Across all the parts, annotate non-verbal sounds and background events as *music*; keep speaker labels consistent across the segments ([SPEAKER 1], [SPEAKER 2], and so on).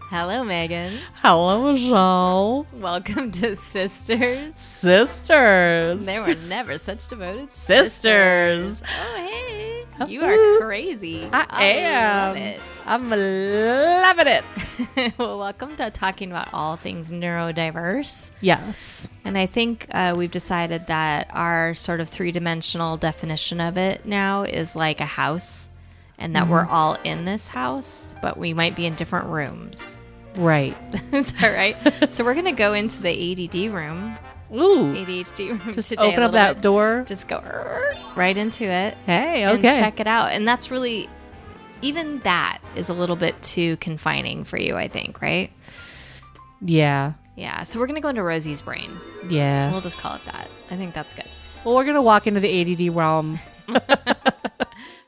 [SPEAKER 1] Hello, Megan.
[SPEAKER 2] Hello, Michelle.
[SPEAKER 1] Welcome to Sisters.
[SPEAKER 2] Sisters.
[SPEAKER 1] There
[SPEAKER 2] *laughs*
[SPEAKER 1] were never such devoted
[SPEAKER 2] Sisters.
[SPEAKER 1] Oh, hey.
[SPEAKER 2] Oh,
[SPEAKER 1] You are
[SPEAKER 2] ooh.
[SPEAKER 1] crazy.
[SPEAKER 2] I am.
[SPEAKER 1] love it.
[SPEAKER 2] I'm loving it.
[SPEAKER 1] *laughs* well, welcome to talking about all things neurodiverse.
[SPEAKER 2] Yes.
[SPEAKER 1] And I think uh, we've decided that our sort of three dimensional definition of it now is like a house, and that
[SPEAKER 2] Mm-hmm.
[SPEAKER 1] we're all in this house, but we might be in different rooms. *laughs*
[SPEAKER 2] Right.
[SPEAKER 1] is that
[SPEAKER 2] *laughs*
[SPEAKER 1] right? so we're going to go into the ADD room,
[SPEAKER 2] Ooh.
[SPEAKER 1] ADHD room.
[SPEAKER 2] Just
[SPEAKER 1] today a
[SPEAKER 2] open
[SPEAKER 1] little
[SPEAKER 2] up that
[SPEAKER 1] bit.
[SPEAKER 2] door.
[SPEAKER 1] Just go right into it
[SPEAKER 2] Hey,
[SPEAKER 1] and
[SPEAKER 2] okay.
[SPEAKER 1] check it out. And that's really, even that is a little bit too confining for you, I think, right?
[SPEAKER 2] yeah.
[SPEAKER 1] Yeah. So we're going to go into Rosie's brain.
[SPEAKER 2] Yeah.
[SPEAKER 1] We'll just call it that. I think that's good.
[SPEAKER 2] Well, we're going to walk into the ADD realm.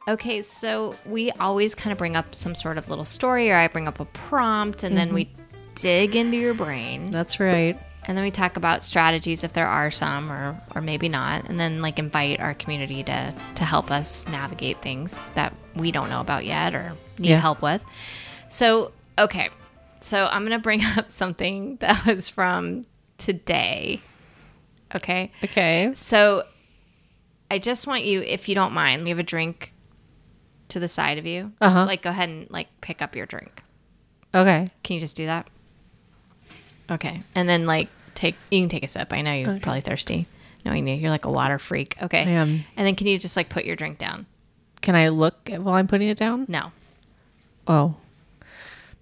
[SPEAKER 1] Okay, so we always kind of bring up some sort of little story, or I bring up a prompt, and then we dig into your brain,
[SPEAKER 2] That's right.
[SPEAKER 1] and then we talk about strategies if there are some, or or maybe not, and then like invite our community to to help us navigate things that we don't know about yet or need
[SPEAKER 2] Yeah.
[SPEAKER 1] help with. So okay, so I'm gonna bring *laughs* up something that was from today. Okay,
[SPEAKER 2] Okay.
[SPEAKER 1] so I just want you, if you don't mind, we have a drink to the side of you. Just
[SPEAKER 2] Uh-huh.
[SPEAKER 1] like go ahead and like pick up your drink.
[SPEAKER 2] Okay.
[SPEAKER 1] Can you just do that? Okay. And then like take you can take a sip. I know you're probably thirsty. Knowing you, you're like a water freak. Okay.
[SPEAKER 2] I am.
[SPEAKER 1] And then can you just like put your drink down?
[SPEAKER 2] Can I look at- while I'm putting it down?
[SPEAKER 1] No.
[SPEAKER 2] Oh.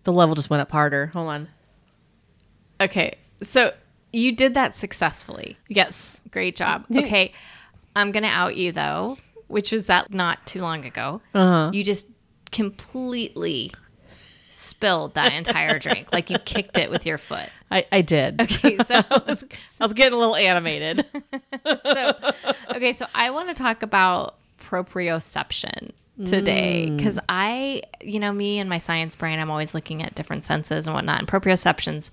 [SPEAKER 2] The level just went up harder. Hold on.
[SPEAKER 1] Okay. So you did that successfully.
[SPEAKER 2] Yes.
[SPEAKER 1] Great job. Okay. I'm going to out you though, which was that not too long ago.
[SPEAKER 2] Uh-huh.
[SPEAKER 1] You just completely spilled that entire drink. Like you kicked it with your foot. *laughs*
[SPEAKER 2] I, I did.
[SPEAKER 1] Okay. So,
[SPEAKER 2] I was getting a little animated. *laughs*
[SPEAKER 1] so okay. So I want to talk about proprioception today because I, you know, me and my science brain, I'm always looking at different senses and whatnot. And proprioception's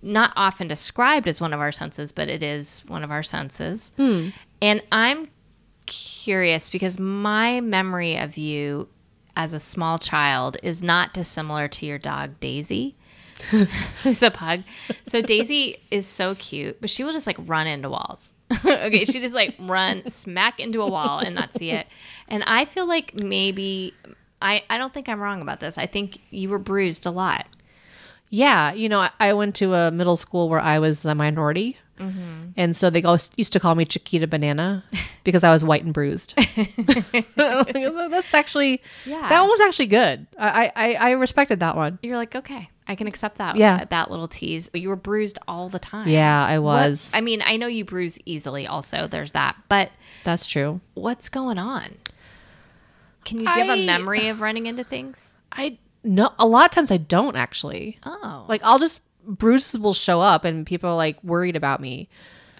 [SPEAKER 1] not often described as one of our senses, but it is one of our senses. And I'm curious because my memory of you as a small child is not dissimilar to your dog Daisy. *laughs* who's a pug. So Daisy is so cute, but she will just like run into walls. *laughs* okay, she just like run smack into a wall and not see it. And I feel like maybe I I don't think I'm wrong about this. I think you were bruised a lot.
[SPEAKER 2] Yeah, you know, I, I went to a middle school where I was a minority, and so they always used to call me Chiquita Banana because I was white and bruised. *laughs* That's actually,
[SPEAKER 1] Yeah.
[SPEAKER 2] that one was actually good. I, I I respected that one.
[SPEAKER 1] You're like, okay, I can accept that.
[SPEAKER 2] Yeah.
[SPEAKER 1] that little tease. But you were bruised all the time.
[SPEAKER 2] Yeah, I
[SPEAKER 1] What-
[SPEAKER 2] was.
[SPEAKER 1] I mean, I know you bruise easily. Also, there's that. But
[SPEAKER 2] That's true.
[SPEAKER 1] what's going on? Can you do you have
[SPEAKER 2] I-
[SPEAKER 1] a memory of running into things?
[SPEAKER 2] I no, a lot of times I don't actually.
[SPEAKER 1] Oh,
[SPEAKER 2] Like I'll just bruises will show up, and people are like worried about me,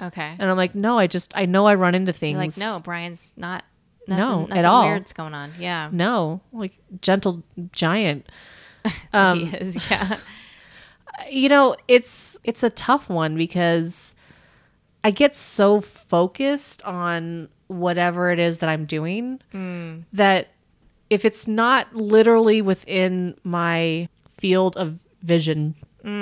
[SPEAKER 1] okay.
[SPEAKER 2] and I'm like, no, I just I know I run into things.
[SPEAKER 1] You're like, no, Brian's not. Nothing,
[SPEAKER 2] No, at
[SPEAKER 1] nothing
[SPEAKER 2] all.
[SPEAKER 1] Weird's going on. Yeah,
[SPEAKER 2] no, like gentle giant. Um,
[SPEAKER 1] he is. *laughs* Yeah,
[SPEAKER 2] you know it's it's a tough one because i get so focused on whatever it is that i'm doing that if it's not literally within my field of vision you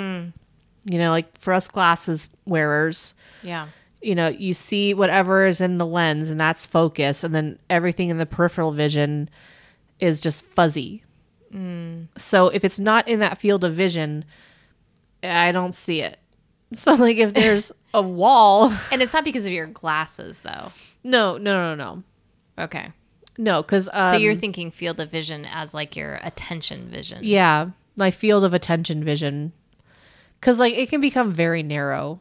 [SPEAKER 2] know like for us glasses wearers
[SPEAKER 1] yeah,
[SPEAKER 2] you know you see whatever is in the lens and that's focus and then everything in the peripheral vision is just fuzzy
[SPEAKER 1] Mm.
[SPEAKER 2] so if it's not in that field of vision i don't see it *laughs* so like if there's a wall *laughs*
[SPEAKER 1] and it's not because of your glasses though.
[SPEAKER 2] no no no no
[SPEAKER 1] Okay,
[SPEAKER 2] no because um,
[SPEAKER 1] so you're thinking field of vision as like your attention vision.
[SPEAKER 2] yeah my field of attention vision because like it can become very narrow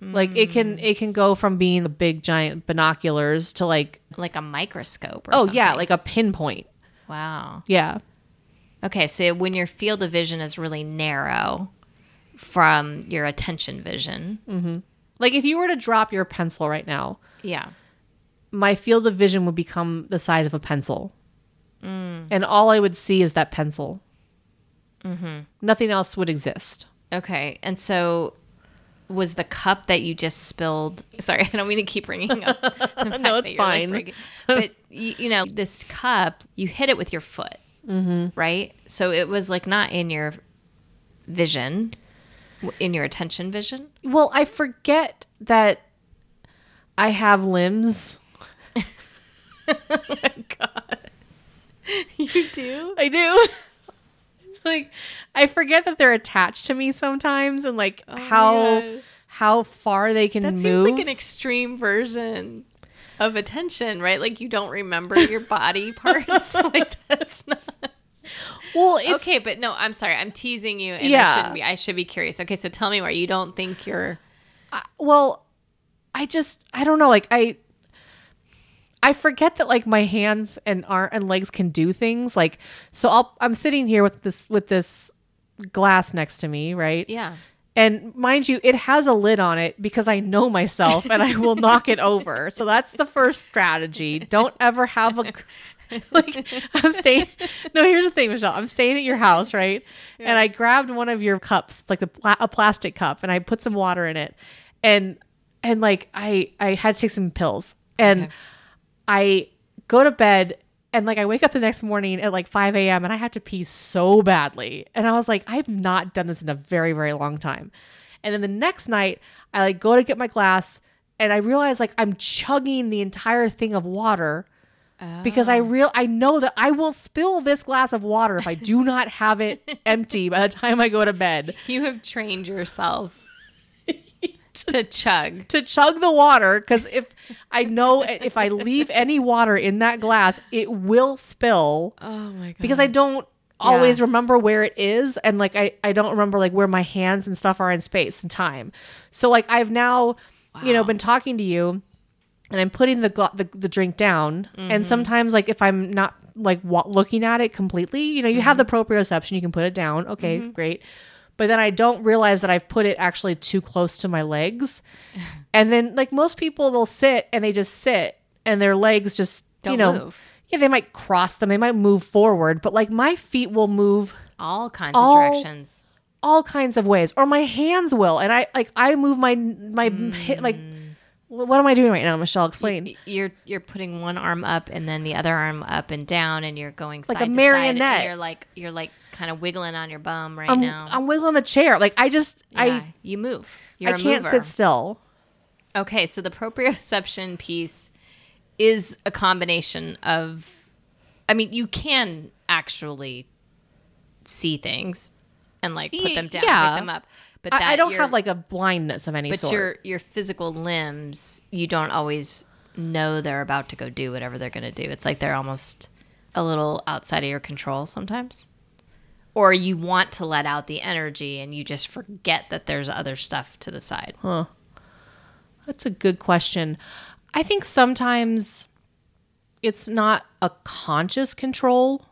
[SPEAKER 2] like it
[SPEAKER 1] Mm.
[SPEAKER 2] can it can go from being the big giant binoculars to like
[SPEAKER 1] like a microscope. Or
[SPEAKER 2] oh yeah
[SPEAKER 1] something.
[SPEAKER 2] like a pinpoint
[SPEAKER 1] wow.
[SPEAKER 2] yeah
[SPEAKER 1] Okay, so when your field of vision is really narrow from your attention vision,
[SPEAKER 2] Mm. Like if you were to drop your pencil right now,
[SPEAKER 1] yeah,
[SPEAKER 2] my field of vision would become the size of a pencil.
[SPEAKER 1] Mm.
[SPEAKER 2] And all I would see is that pencil.
[SPEAKER 1] Mm-hmm.
[SPEAKER 2] Nothing else would exist.
[SPEAKER 1] Okay. And so was the cup that you just spilled? Sorry, *laughs* I don't mean to keep bringing up. the fact
[SPEAKER 2] *laughs* No,
[SPEAKER 1] that you're,
[SPEAKER 2] it's
[SPEAKER 1] like,
[SPEAKER 2] fine.
[SPEAKER 1] bringing- but you, you know, this cup, you hit it with your foot, mm-hmm. right? So it was like not in your vision, w- in your attention
[SPEAKER 2] *laughs*
[SPEAKER 1] vision.
[SPEAKER 2] Well, I forget that I have limbs.
[SPEAKER 1] *laughs* You do? *laughs*
[SPEAKER 2] I do. like I forget that they're attached to me sometimes and like how
[SPEAKER 1] God.
[SPEAKER 2] how far they can
[SPEAKER 1] Oh, That
[SPEAKER 2] move.
[SPEAKER 1] seems like an extreme version of attention, right? Like you don't remember your body *laughs* parts. like that's not.
[SPEAKER 2] well, it's,
[SPEAKER 1] Okay, but no, I'm sorry. I'm teasing you, and I
[SPEAKER 2] Yeah.
[SPEAKER 1] shouldn't be. I should be curious. Okay, so tell me where you don't think you're.
[SPEAKER 2] well i just i don't know like i i forget that like my hands and arm and legs can do things like so i'll i'm sitting here with this with this glass next to me right
[SPEAKER 1] Yeah.
[SPEAKER 2] and mind you it has a lid on it because i know myself and i will knock it over so that's the first strategy don't ever have a *laughs* like i'm staying no here's the thing michelle i'm staying at your house right and i grabbed one of your cups it's like a, pla- a plastic cup and i put some water in it and and like i i had to take some pills and i go to bed and like i wake up the next morning at like 5 a.m and i have to pee so badly and i was like i've not done this in a very very long time and then the next night i like go to get my glass and i realize like i'm chugging the entire thing of water because I real I know that I will spill this glass of water if I do not have it empty by the time I go to bed.
[SPEAKER 1] You have trained
[SPEAKER 2] *laughs*
[SPEAKER 1] yourself to chug.
[SPEAKER 2] To chug the water cuz if I know if I leave any water in that glass, it will spill
[SPEAKER 1] Oh my god.
[SPEAKER 2] because I don't always remember where it is and like I I don't remember like where my hands and stuff are in space and time. So like I've now you know been talking to you and I'm putting the gla- the, the drink down
[SPEAKER 1] Mm-hmm.
[SPEAKER 2] and sometimes like if I'm not like wa- looking at it completely, you know, you have the
[SPEAKER 1] Mm-hmm.
[SPEAKER 2] proprioception, you can put it down. Okay, great. But then I don't realize that I've put it actually too close to
[SPEAKER 1] *laughs*
[SPEAKER 2] my legs. and then like most people they'll sit and they just sit and their legs just you
[SPEAKER 1] Don't
[SPEAKER 2] know
[SPEAKER 1] move.
[SPEAKER 2] yeah, they might cross them. They might move forward, but like my feet will move
[SPEAKER 1] all kinds
[SPEAKER 2] All-
[SPEAKER 1] of directions.
[SPEAKER 2] all kinds of ways, or my hands will, and I like I move my my
[SPEAKER 1] Hmm.
[SPEAKER 2] hip, like. wh- What am I doing right now, Michelle? Explain.
[SPEAKER 1] Y- You're you're putting one arm up and then the other arm up and down, and you're going
[SPEAKER 2] Like a
[SPEAKER 1] side to Side,
[SPEAKER 2] marionette.
[SPEAKER 1] and you're like you're like kind of wiggling on your bum right
[SPEAKER 2] I'm,
[SPEAKER 1] now.
[SPEAKER 2] I'm wiggling the chair. Like I just
[SPEAKER 1] yeah, you move.
[SPEAKER 2] I
[SPEAKER 1] You're
[SPEAKER 2] I
[SPEAKER 1] a
[SPEAKER 2] can't
[SPEAKER 1] mover.
[SPEAKER 2] sit still.
[SPEAKER 1] Okay, so the proprioception *laughs* piece is a combination of I mean, you can actually see things and like put
[SPEAKER 2] Y-
[SPEAKER 1] them down,
[SPEAKER 2] yeah.
[SPEAKER 1] pick them up. But that
[SPEAKER 2] I, I don't
[SPEAKER 1] your-
[SPEAKER 2] have like a blindness of any
[SPEAKER 1] but
[SPEAKER 2] sort.
[SPEAKER 1] your your physical limbs, you don't always know they're about to go do whatever they're going to do. It's like they're almost a little outside of your control sometimes. Or you want to let out the energy and you just forget that there's other stuff to the side.
[SPEAKER 2] That's a good question. I think sometimes it's not a conscious control.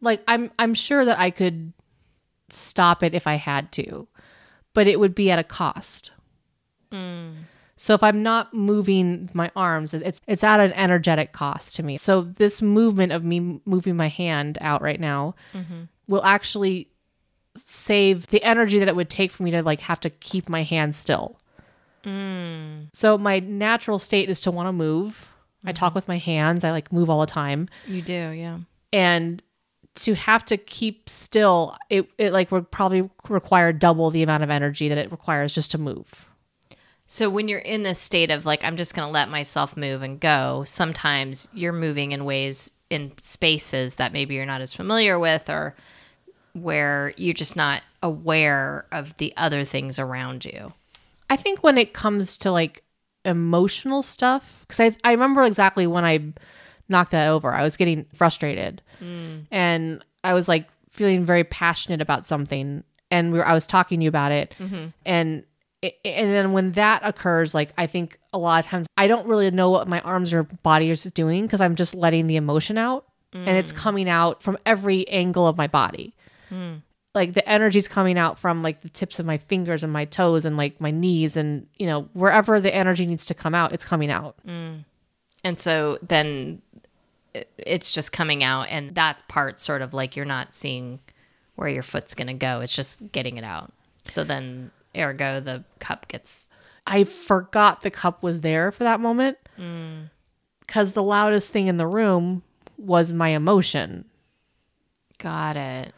[SPEAKER 2] Like I'm I'm sure that I could stop it if I had to, but it would be at a cost. So if I'm not moving my arms, it- it's it's at an energetic cost to me. So this movement of me moving my hand out right now will actually save the energy that it would take for me to like have to keep my hand still. So my natural state is to want to move. I talk with my hands. I like move all the time,
[SPEAKER 1] You do, yeah.
[SPEAKER 2] and to have to keep still, it it like would probably require double the amount of energy that it requires just to move.
[SPEAKER 1] So when you're in this state of like I'm just going to let myself move and go, sometimes you're moving in ways in spaces that maybe you're not as familiar with or where you're just not aware of the other things around you.
[SPEAKER 2] I think when it comes to like emotional stuff, because I, I remember exactly when I knocked that over, I was getting frustrated and I was like feeling very passionate about something. And we were, I was talking to you about it. And, it, and then when that occurs, like I think a lot of times I don't really know what my arms or body is doing because I'm just letting the emotion out and it's coming out from every angle of my body like the energy's coming out from like the tips of my fingers and my toes and like my knees and you know wherever the energy needs to come out it's coming out
[SPEAKER 1] And so then it- it's just coming out and that part sort of like you're not seeing where your foot's going to go. It's just getting it out. So then ergo the cup gets
[SPEAKER 2] i forgot the cup was there for that moment because the loudest thing in the room was my emotion
[SPEAKER 1] got it.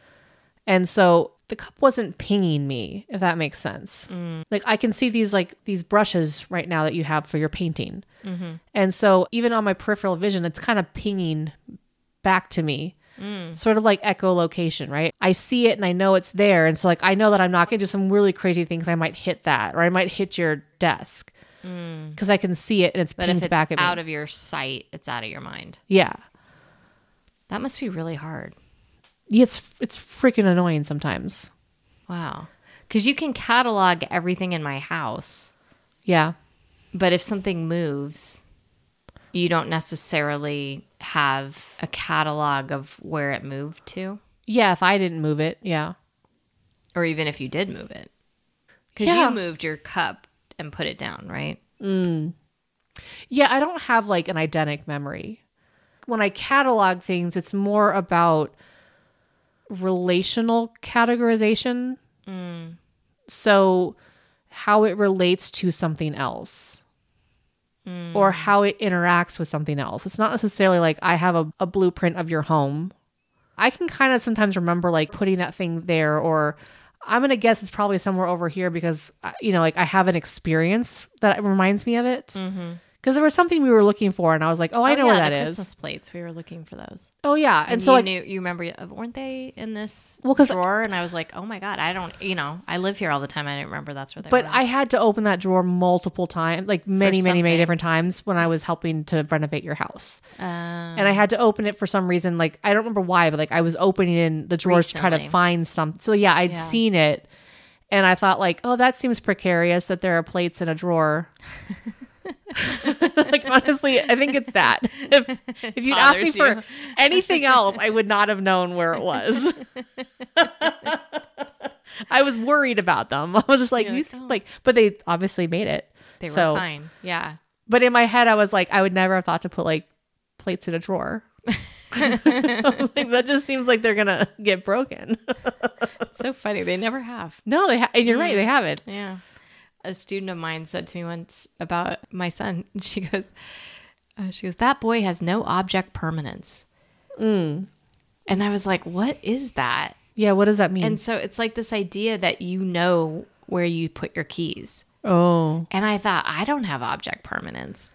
[SPEAKER 2] and so the the cup wasn't pinging me, if that makes sense.
[SPEAKER 1] Mm.
[SPEAKER 2] Like I can see these like these brushes right now that you have for your painting,
[SPEAKER 1] Mm-hmm.
[SPEAKER 2] and so even on my peripheral vision, it's kind of pinging back to me.
[SPEAKER 1] Mm.
[SPEAKER 2] Sort of like echolocation, right? I see it and I know it's there. And so, like, I know that I'm not going to do some really crazy things. I might hit that or I might hit your desk because I can see it and it's
[SPEAKER 1] Mm. But
[SPEAKER 2] pinged
[SPEAKER 1] if it's
[SPEAKER 2] back at me.
[SPEAKER 1] out of your sight, it's out of your mind.
[SPEAKER 2] yeah.
[SPEAKER 1] That must be really hard.
[SPEAKER 2] Yeah, it's it's freaking annoying sometimes.
[SPEAKER 1] Wow. Because you can catalog everything in my house,
[SPEAKER 2] Yeah.
[SPEAKER 1] but if something moves, you don't necessarily have a catalog of where it moved to,
[SPEAKER 2] Yeah, if I didn't move it, yeah.
[SPEAKER 1] or even if you did move it. Because
[SPEAKER 2] Yeah.
[SPEAKER 1] you moved your cup and put it down, right?
[SPEAKER 2] Yeah, I don't have like an eidetic memory. When I catalog things, it's more about relational categorization.
[SPEAKER 1] Mm.
[SPEAKER 2] So, how it relates to something else
[SPEAKER 1] Mm.
[SPEAKER 2] or how it interacts with something else. It's not necessarily like I have a, a blueprint of your home. I can kind of sometimes remember like putting that thing there or. I'm going to guess it's probably somewhere over here because, uh, you know, like I have an experience that reminds me of it because there was something we were looking for, and I was like, "Oh, I know
[SPEAKER 1] Mm-hmm. yeah,
[SPEAKER 2] where that
[SPEAKER 1] the
[SPEAKER 2] is."
[SPEAKER 1] Christmas plates. We were looking for those.
[SPEAKER 2] Oh yeah, and,
[SPEAKER 1] And
[SPEAKER 2] so
[SPEAKER 1] you
[SPEAKER 2] like,
[SPEAKER 1] knew, you remember, uh, weren't they in this
[SPEAKER 2] Well, 'cause-
[SPEAKER 1] drawer? And I was like, oh my God, I don't, you know, I live here all the time. I didn't remember that's where they
[SPEAKER 2] but
[SPEAKER 1] were.
[SPEAKER 2] I had to open that drawer multiple times, like many, many, many
[SPEAKER 1] something.
[SPEAKER 2] different times when I was helping to renovate your house,
[SPEAKER 1] Uh,
[SPEAKER 2] and I had to open it for some reason. Like I don't remember why, but like I was opening in the drawers to try
[SPEAKER 1] Recently.
[SPEAKER 2] to find something. So yeah, I'd
[SPEAKER 1] Yeah.
[SPEAKER 2] seen it, and I thought like, "Oh, that seems precarious that there are plates in a drawer." *laughs* like honestly, I think it's that. If, if you'd asked me
[SPEAKER 1] bothers
[SPEAKER 2] for
[SPEAKER 1] you.
[SPEAKER 2] anything else, I would not have known where it was. *laughs* I was worried about them. I was just like,
[SPEAKER 1] You're
[SPEAKER 2] these
[SPEAKER 1] like, "Oh."
[SPEAKER 2] like, but they obviously made it.
[SPEAKER 1] they
[SPEAKER 2] so,
[SPEAKER 1] were fine. Yeah.
[SPEAKER 2] But in my head, I was like, I would never have thought to put like plates in a drawer. *laughs* I was like, that just seems like they're gonna get broken. *laughs*
[SPEAKER 1] It's so funny. They never have.
[SPEAKER 2] no, they ha- and you're right, they haven't.
[SPEAKER 1] Yeah. A student of mine said to me once about my son. *laughs* She goes, uh, she goes, that boy has no object permanence. Mm. And I was like, what is that?
[SPEAKER 2] Yeah, what does that mean?
[SPEAKER 1] And so it's like this idea that you know where you put your keys.
[SPEAKER 2] oh,
[SPEAKER 1] And I thought, I don't have object permanence.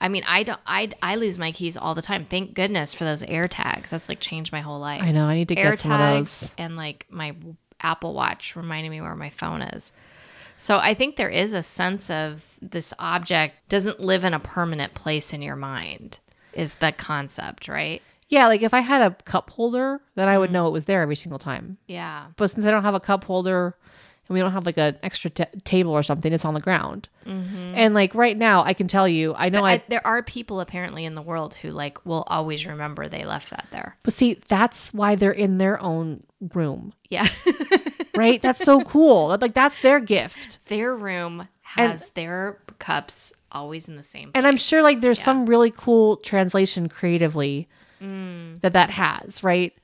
[SPEAKER 1] I mean, I don't. I I lose my keys all the time. Thank goodness for those air tags. That's like changed my whole life.
[SPEAKER 2] I know. I need to
[SPEAKER 1] air
[SPEAKER 2] get some of
[SPEAKER 1] tags
[SPEAKER 2] those.
[SPEAKER 1] and like my apple watch reminding me where my phone is so i think there is a sense of this object doesn't live in a permanent place in your mind is the concept right
[SPEAKER 2] Yeah, like if I had a cup holder, then I would know it was there every single time.
[SPEAKER 1] yeah
[SPEAKER 2] But since I don't have a cup holder and we don't have like an extra t- table or something, it's on the ground. And like right now, I can tell you, I know I,
[SPEAKER 1] I, there are people apparently in the world who like will always remember they left that there
[SPEAKER 2] But see, that's why they're in their own room,
[SPEAKER 1] yeah *laughs*
[SPEAKER 2] right? That's so cool. That- Like that's their gift.
[SPEAKER 1] their room has their cups always in the same
[SPEAKER 2] And I'm sure like there's some really cool translation creatively that that has, right?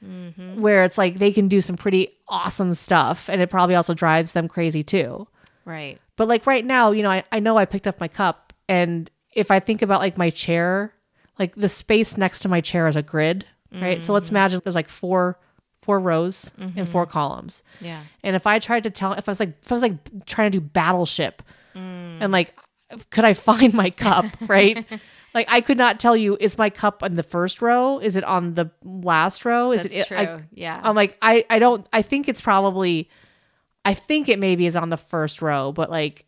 [SPEAKER 2] Where it's like they can do some pretty awesome stuff and it probably also drives them crazy too.
[SPEAKER 1] right
[SPEAKER 2] But like right now, you know, I, I know I picked up my cup and if I think about like my chair, like the space next to my chair is a grid, right? So let's imagine there's like four four rows and four columns.
[SPEAKER 1] yeah
[SPEAKER 2] And if I tried to tell, if I was like, if I was like trying to do battleship, and like, could I find
[SPEAKER 1] *laughs*
[SPEAKER 2] my cup? Right? like, I could not tell you. Is my cup on the first row? Is it on the last row? Is
[SPEAKER 1] that's
[SPEAKER 2] it?
[SPEAKER 1] true
[SPEAKER 2] I- um
[SPEAKER 1] yeah
[SPEAKER 2] I'm like, I, I don't. I think it's probably, I think it maybe is on the first row, but like,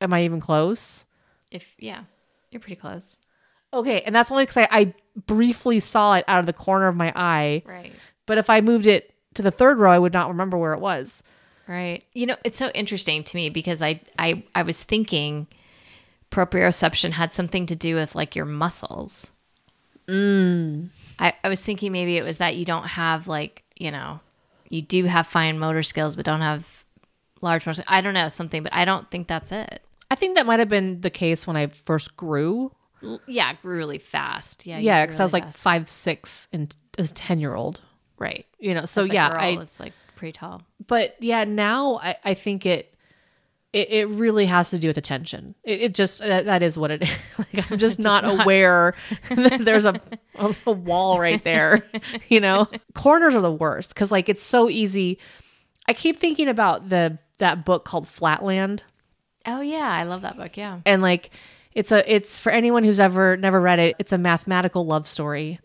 [SPEAKER 2] am I even close?
[SPEAKER 1] if yeah you're pretty close
[SPEAKER 2] Okay, and that's only because I, I briefly saw it out of the corner of my eye.
[SPEAKER 1] right
[SPEAKER 2] But if I moved it to the third row, I would not remember where it was.
[SPEAKER 1] Right. You know, it's so interesting to me because I I I was thinking proprioception had something to do with like your muscles. Mm. I, I was thinking maybe it was that you don't have like, you know, you do have fine motor skills but don't have large motor I don't know, something, but I don't think that's it.
[SPEAKER 2] I think that might have been the case when I first grew.
[SPEAKER 1] L- Yeah, I grew really fast. Yeah. you
[SPEAKER 2] Yeah,
[SPEAKER 1] grew
[SPEAKER 2] because I was
[SPEAKER 1] really
[SPEAKER 2] like
[SPEAKER 1] fast.
[SPEAKER 2] five, six, and as ten year old.
[SPEAKER 1] right.
[SPEAKER 2] You know, so
[SPEAKER 1] As a
[SPEAKER 2] yeah,
[SPEAKER 1] girl,
[SPEAKER 2] I.
[SPEAKER 1] was like pretty tall.
[SPEAKER 2] But yeah, now I, I think it, it, it really has to do with attention. It, it just that, that is what it *laughs* is. Like I'm
[SPEAKER 1] *laughs*
[SPEAKER 2] just, not, aware that there's a a, *laughs* a wall right there. You know, corners are the worst because like it's so easy. I keep thinking about the that book called Flatland
[SPEAKER 1] Oh yeah, I love that book. Yeah.
[SPEAKER 2] and like it's a it's for anyone who's ever never read it it's a mathematical love story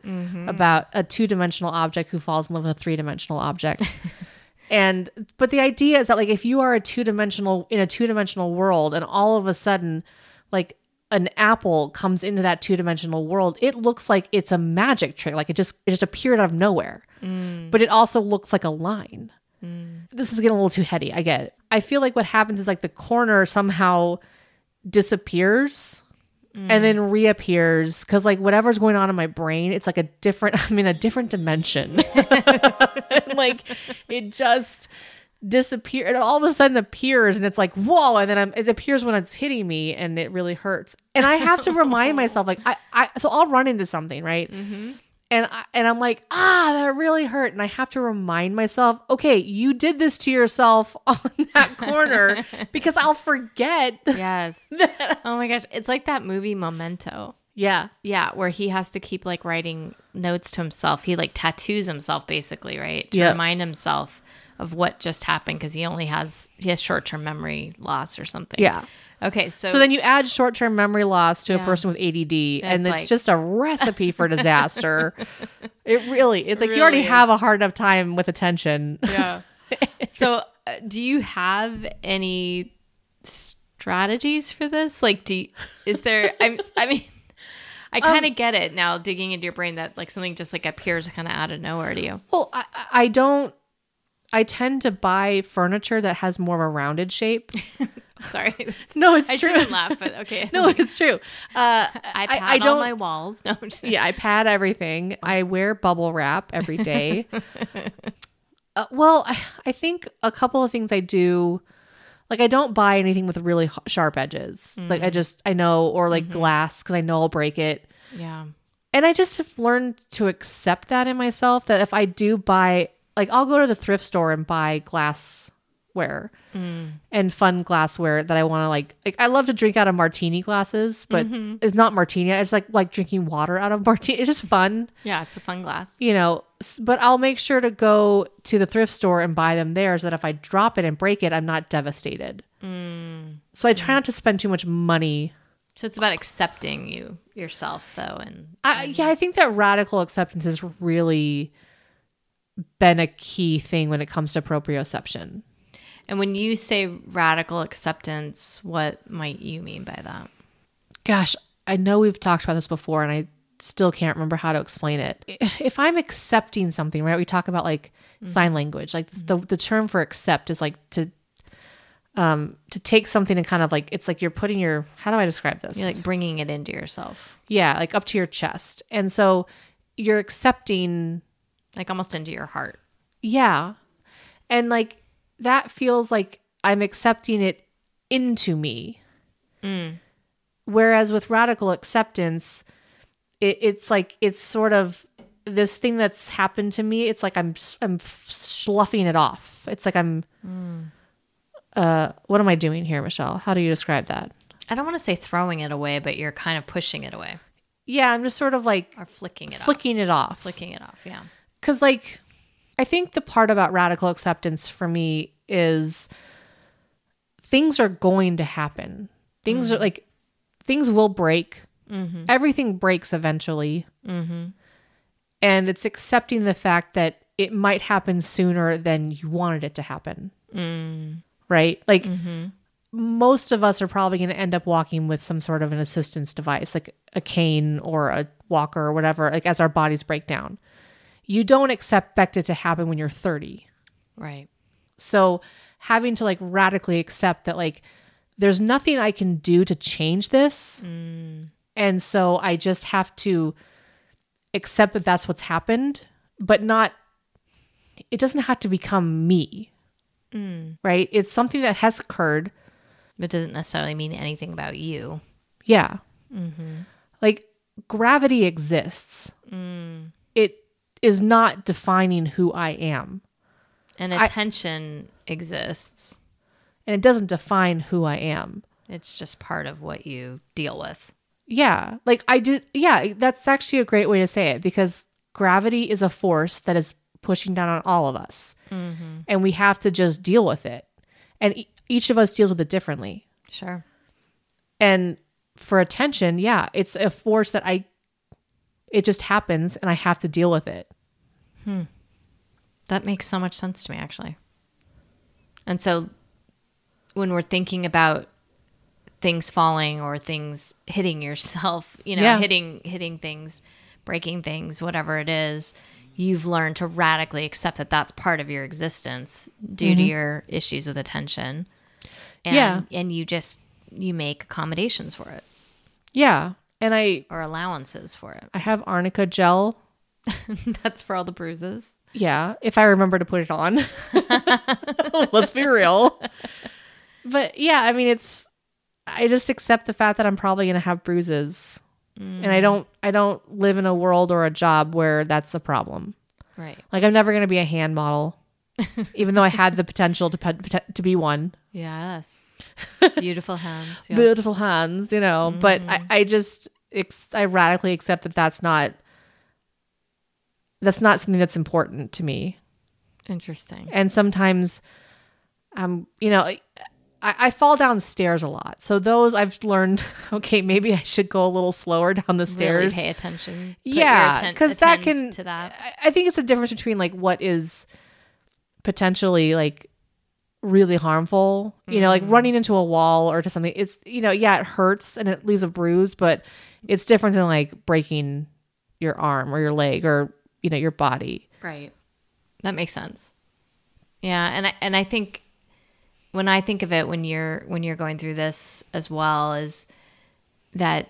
[SPEAKER 2] about a two-dimensional object who falls in love with a three-dimensional object *laughs* and but the idea is that like if you are a two-dimensional in a two-dimensional world and all of a sudden like an apple comes into that two-dimensional world it looks like it's a magic trick like it just it just appeared out of nowhere but it also looks like a line this is getting a little too heady i get it i feel like what happens is like the corner somehow disappears and then reappears because like whatever's going on in my brain it's like a different *laughs* i'm in a different dimension *laughs* and like it just disappears it all of a sudden appears and it's like whoa and then I'm, it appears when it's hitting me and it really hurts and i have to remind myself like i, I so i'll run into something right and I, and i'm like ah that really hurt and i have to remind myself okay you did this to yourself *laughs* on that corner because i'll forget *laughs*
[SPEAKER 1] Yes. *laughs* oh my gosh, it's like that movie Memento.
[SPEAKER 2] yeah
[SPEAKER 1] Yeah, where he has to keep like writing notes to himself. He like tattoos himself basically, right? To
[SPEAKER 2] Yeah.
[SPEAKER 1] remind himself of what just happened because he only has he has short term memory loss or something.
[SPEAKER 2] Yeah.
[SPEAKER 1] Okay, so,
[SPEAKER 2] So then you add short term memory loss to
[SPEAKER 1] Yeah.
[SPEAKER 2] a person with ADD, and
[SPEAKER 1] It's
[SPEAKER 2] it's
[SPEAKER 1] like-
[SPEAKER 2] just a recipe *laughs* for disaster. it really, it's like you
[SPEAKER 1] really
[SPEAKER 2] already
[SPEAKER 1] is.
[SPEAKER 2] have a hard enough time with attention.
[SPEAKER 1] *laughs* yeah. so uh, do you have any strategies for this? Like do you, is there *laughs* I'm I mean I
[SPEAKER 2] Um,
[SPEAKER 1] kind of get it now digging into your brain that like something just like appears kind of out of nowhere to you.
[SPEAKER 2] Well, I, I- I don't. I tend to buy furniture that has more of a rounded *laughs* shape.
[SPEAKER 1] Sorry.
[SPEAKER 2] No, it's
[SPEAKER 1] *laughs* I
[SPEAKER 2] true.
[SPEAKER 1] shouldn't laugh, but okay.
[SPEAKER 2] No, Oh, it's true. Uh,
[SPEAKER 1] I pad
[SPEAKER 2] I- I
[SPEAKER 1] on
[SPEAKER 2] don't-
[SPEAKER 1] my walls. No, I'm just-
[SPEAKER 2] yeah, I pad everything. I wear bubble wrap every day. *laughs* uh, well, I, I think a couple of things I do, like I don't buy anything with really h- sharp edges. Like I just I know, or like glass because I know I'll break it.
[SPEAKER 1] yeah.
[SPEAKER 2] And I just have learned to accept that in myself that if I do buy, like I'll go to the thrift store and buy glassware and fun glassware that I want to like, like. I love to drink out of martini glasses, but it's not martini. It's like like drinking water out of *laughs* martini. It's just fun
[SPEAKER 1] Yeah, it's a fun glass.
[SPEAKER 2] you know, s- but I'll make sure to go to the thrift store and buy them there so that if I drop it and break it, I'm not devastated. So I try not to spend too much money.
[SPEAKER 1] So it's about accepting you yourself though and
[SPEAKER 2] I, yeah, I think that radical acceptance has really been a key thing when it comes to proprioception.
[SPEAKER 1] and when you say radical acceptance, what might you mean by that?
[SPEAKER 2] Gosh, I know we've talked about this before and I still can't remember how to explain it. If I'm accepting something, right, we talk about like sign language, like the, the term for accept is like to um to take something and kind of like it's like you're putting your how do I describe this?
[SPEAKER 1] You're like bringing it into yourself.
[SPEAKER 2] yeah, like up to your chest. And so you're accepting
[SPEAKER 1] Like almost into your heart.
[SPEAKER 2] yeah. And like that feels like I'm accepting it into me. Whereas with radical acceptance, it, it's like it's sort of this thing that's happened to me. It's like I'm s- I'm sloughing it off. It's like I'm. Uh, what am I doing here, Michelle? How do you describe that?
[SPEAKER 1] I don't want to say throwing it away, but you're kind of pushing it away
[SPEAKER 2] Yeah, I'm just sort of like
[SPEAKER 1] or flicking it off.
[SPEAKER 2] flicking it off.
[SPEAKER 1] Flicking it off, yeah.
[SPEAKER 2] because like i think the part about radical acceptance for me is things are going to happen things are like things will break everything breaks eventually and it's accepting the fact that it might happen sooner than you wanted it to happen right like most of us are probably going to end up walking with some sort of an assistance device like a cane or a walker or whatever like as our bodies break down you don't expect it to happen when you're 30.
[SPEAKER 1] Right.
[SPEAKER 2] So having to like radically accept that like there's nothing I can do to change this. And so I just have to accept that that's what's happened, but not it doesn't have to become me. Right? It's something that has occurred.
[SPEAKER 1] It doesn't necessarily mean anything about you.
[SPEAKER 2] Yeah. Like gravity exists. It is not defining who I am.
[SPEAKER 1] And attention exists.
[SPEAKER 2] and it doesn't define who I am.
[SPEAKER 1] It's just part of what you deal with.
[SPEAKER 2] Yeah. Like I did yeah, that's actually a great way to say it because gravity is a force that is pushing down on all of us. And we have to just deal with it. And e- each of us deals with it differently.
[SPEAKER 1] Sure.
[SPEAKER 2] And for attention, yeah, it's a force that I, it just happens and I have to deal with it.
[SPEAKER 1] That makes so much sense to me, actually. And so when we're thinking about things falling or things hitting yourself, *laughs* you know,
[SPEAKER 2] Yeah.
[SPEAKER 1] hitting hitting things, breaking things, whatever it is, you've learned to radically accept that that's part of your existence due to your issues with attention. And,
[SPEAKER 2] Mm-hmm. Yeah.
[SPEAKER 1] and you just you make accommodations for it
[SPEAKER 2] Yeah. And I,
[SPEAKER 1] or allowances for it. *laughs*
[SPEAKER 2] I have arnica gel.
[SPEAKER 1] that's for all the bruises.
[SPEAKER 2] Yeah, if I remember to put it on. *laughs* Let's be real. But yeah, I mean it's I just accept the fact that I'm probably going to have bruises. And I don't I don't live in a world or a job where that's a problem.
[SPEAKER 1] Right.
[SPEAKER 2] Like I'm never going to be a hand *laughs* model. even though I had the potential to pot- to be one. *laughs*
[SPEAKER 1] Yes. Beautiful hands. Yes.
[SPEAKER 2] Beautiful hands, you know, but I I just ex- I radically accept that that's not that's not something that's important to me.
[SPEAKER 1] Interesting.
[SPEAKER 2] and sometimes um you know I, I fall downstairs a lot so those i've learned *laughs* okay maybe i should go a little slower down the stairs
[SPEAKER 1] Really pay attention. Put your
[SPEAKER 2] yeah
[SPEAKER 1] atten-
[SPEAKER 2] because that
[SPEAKER 1] attend
[SPEAKER 2] can
[SPEAKER 1] to that.
[SPEAKER 2] I, I think it's a difference between like what is potentially like really harmful you know like running into a wall or to something it's you know yeah it hurts and it leaves a bruise but it's different than like breaking your arm or your leg or you know your body
[SPEAKER 1] Right. That makes sense. Yeah, and I and I think when I think of it when you're when you're going through this as well is that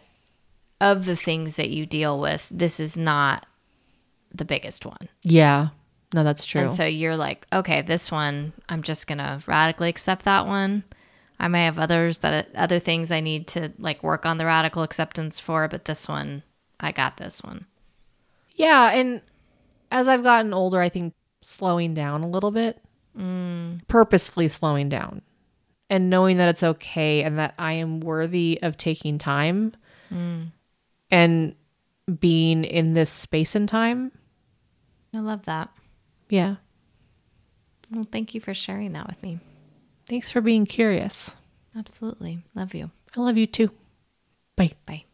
[SPEAKER 1] of the things that you deal with, this is not the biggest one.
[SPEAKER 2] yeah no that's true
[SPEAKER 1] And so you're like, okay, this one, I'm just gonna radically accept that one. I may have others that other things I need to like work on the radical acceptance for, but this one, I got this one.
[SPEAKER 2] Yeah, and as I've gotten older, I think slowing down a little bit, purposefully slowing down, and knowing that it's okay and that I am worthy of taking time and being in this space and time.
[SPEAKER 1] I love that.
[SPEAKER 2] Yeah.
[SPEAKER 1] Well, thank you for sharing that with me.
[SPEAKER 2] Thanks for being curious.
[SPEAKER 1] Absolutely. Love you.
[SPEAKER 2] I love you too. Bye.
[SPEAKER 1] Bye.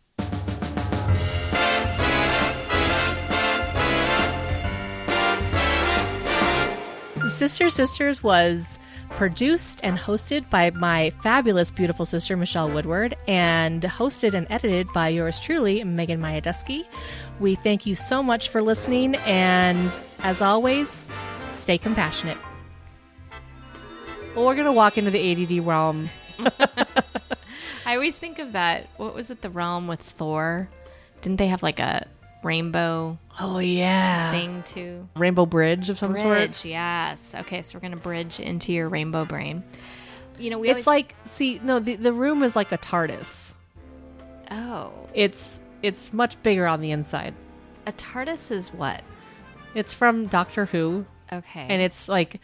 [SPEAKER 2] Sister Sisters was produced and hosted by my fabulous, beautiful sister, Michelle Woodward, and hosted and edited by yours truly, Megan Mayaduski. We thank you so much for listening, and as always, stay compassionate. Well, we're going to walk into the ADD realm.
[SPEAKER 1] I always think of that. What was it? The realm with Thor. Didn't they have like a rainbow
[SPEAKER 2] Oh, yeah.
[SPEAKER 1] thing too?
[SPEAKER 2] Rainbow Bridge of some sort.
[SPEAKER 1] Bridge. Yes. Okay, so we're gonna bridge into your rainbow brain. You know, we
[SPEAKER 2] It's like, see, no, the, the room is like a TARDIS.
[SPEAKER 1] like oh,
[SPEAKER 2] It's it's much bigger on the inside.
[SPEAKER 1] a TARDIS is what?
[SPEAKER 2] It's from Doctor Who,
[SPEAKER 1] Okay.
[SPEAKER 2] and it's like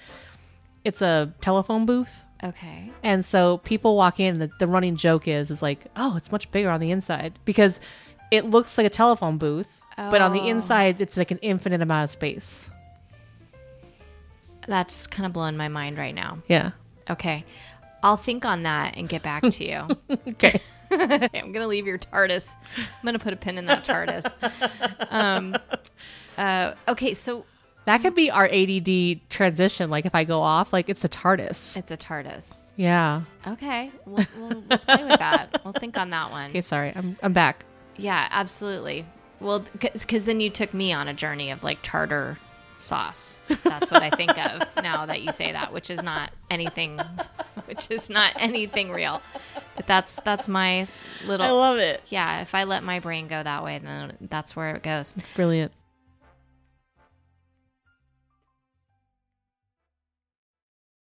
[SPEAKER 2] it's a telephone booth
[SPEAKER 1] okay.
[SPEAKER 2] and so people walk in the, the running joke is is like oh it's much bigger on the inside because it looks like a telephone booth but on the
[SPEAKER 1] Oh.
[SPEAKER 2] inside it's like an infinite amount of space
[SPEAKER 1] That's kind of blowing my mind right now.
[SPEAKER 2] yeah
[SPEAKER 1] Okay. I'll think on that and get back to
[SPEAKER 2] *laughs*
[SPEAKER 1] you.
[SPEAKER 2] okay
[SPEAKER 1] Okay, *laughs* I'm gonna leave your TARDIS. I'm gonna put a pin in that TARDIS. um, uh, okay, so
[SPEAKER 2] that could be our add transition like if i go off like it's a tardis
[SPEAKER 1] it's a TARDIS.
[SPEAKER 2] yeah
[SPEAKER 1] Okay, we'll, we'll, we'll play with that. We'll think on that one.
[SPEAKER 2] okay sorry i'm, I'm back
[SPEAKER 1] Yeah, absolutely. Well, because then you took me on a journey of like tartar sauce. That's what I think *laughs* of now that you say that, which is not anything, which is not anything real. But that's that's my little.
[SPEAKER 2] it
[SPEAKER 1] yeah, if I let my brain go that way, then that's where it goes.
[SPEAKER 2] brilliant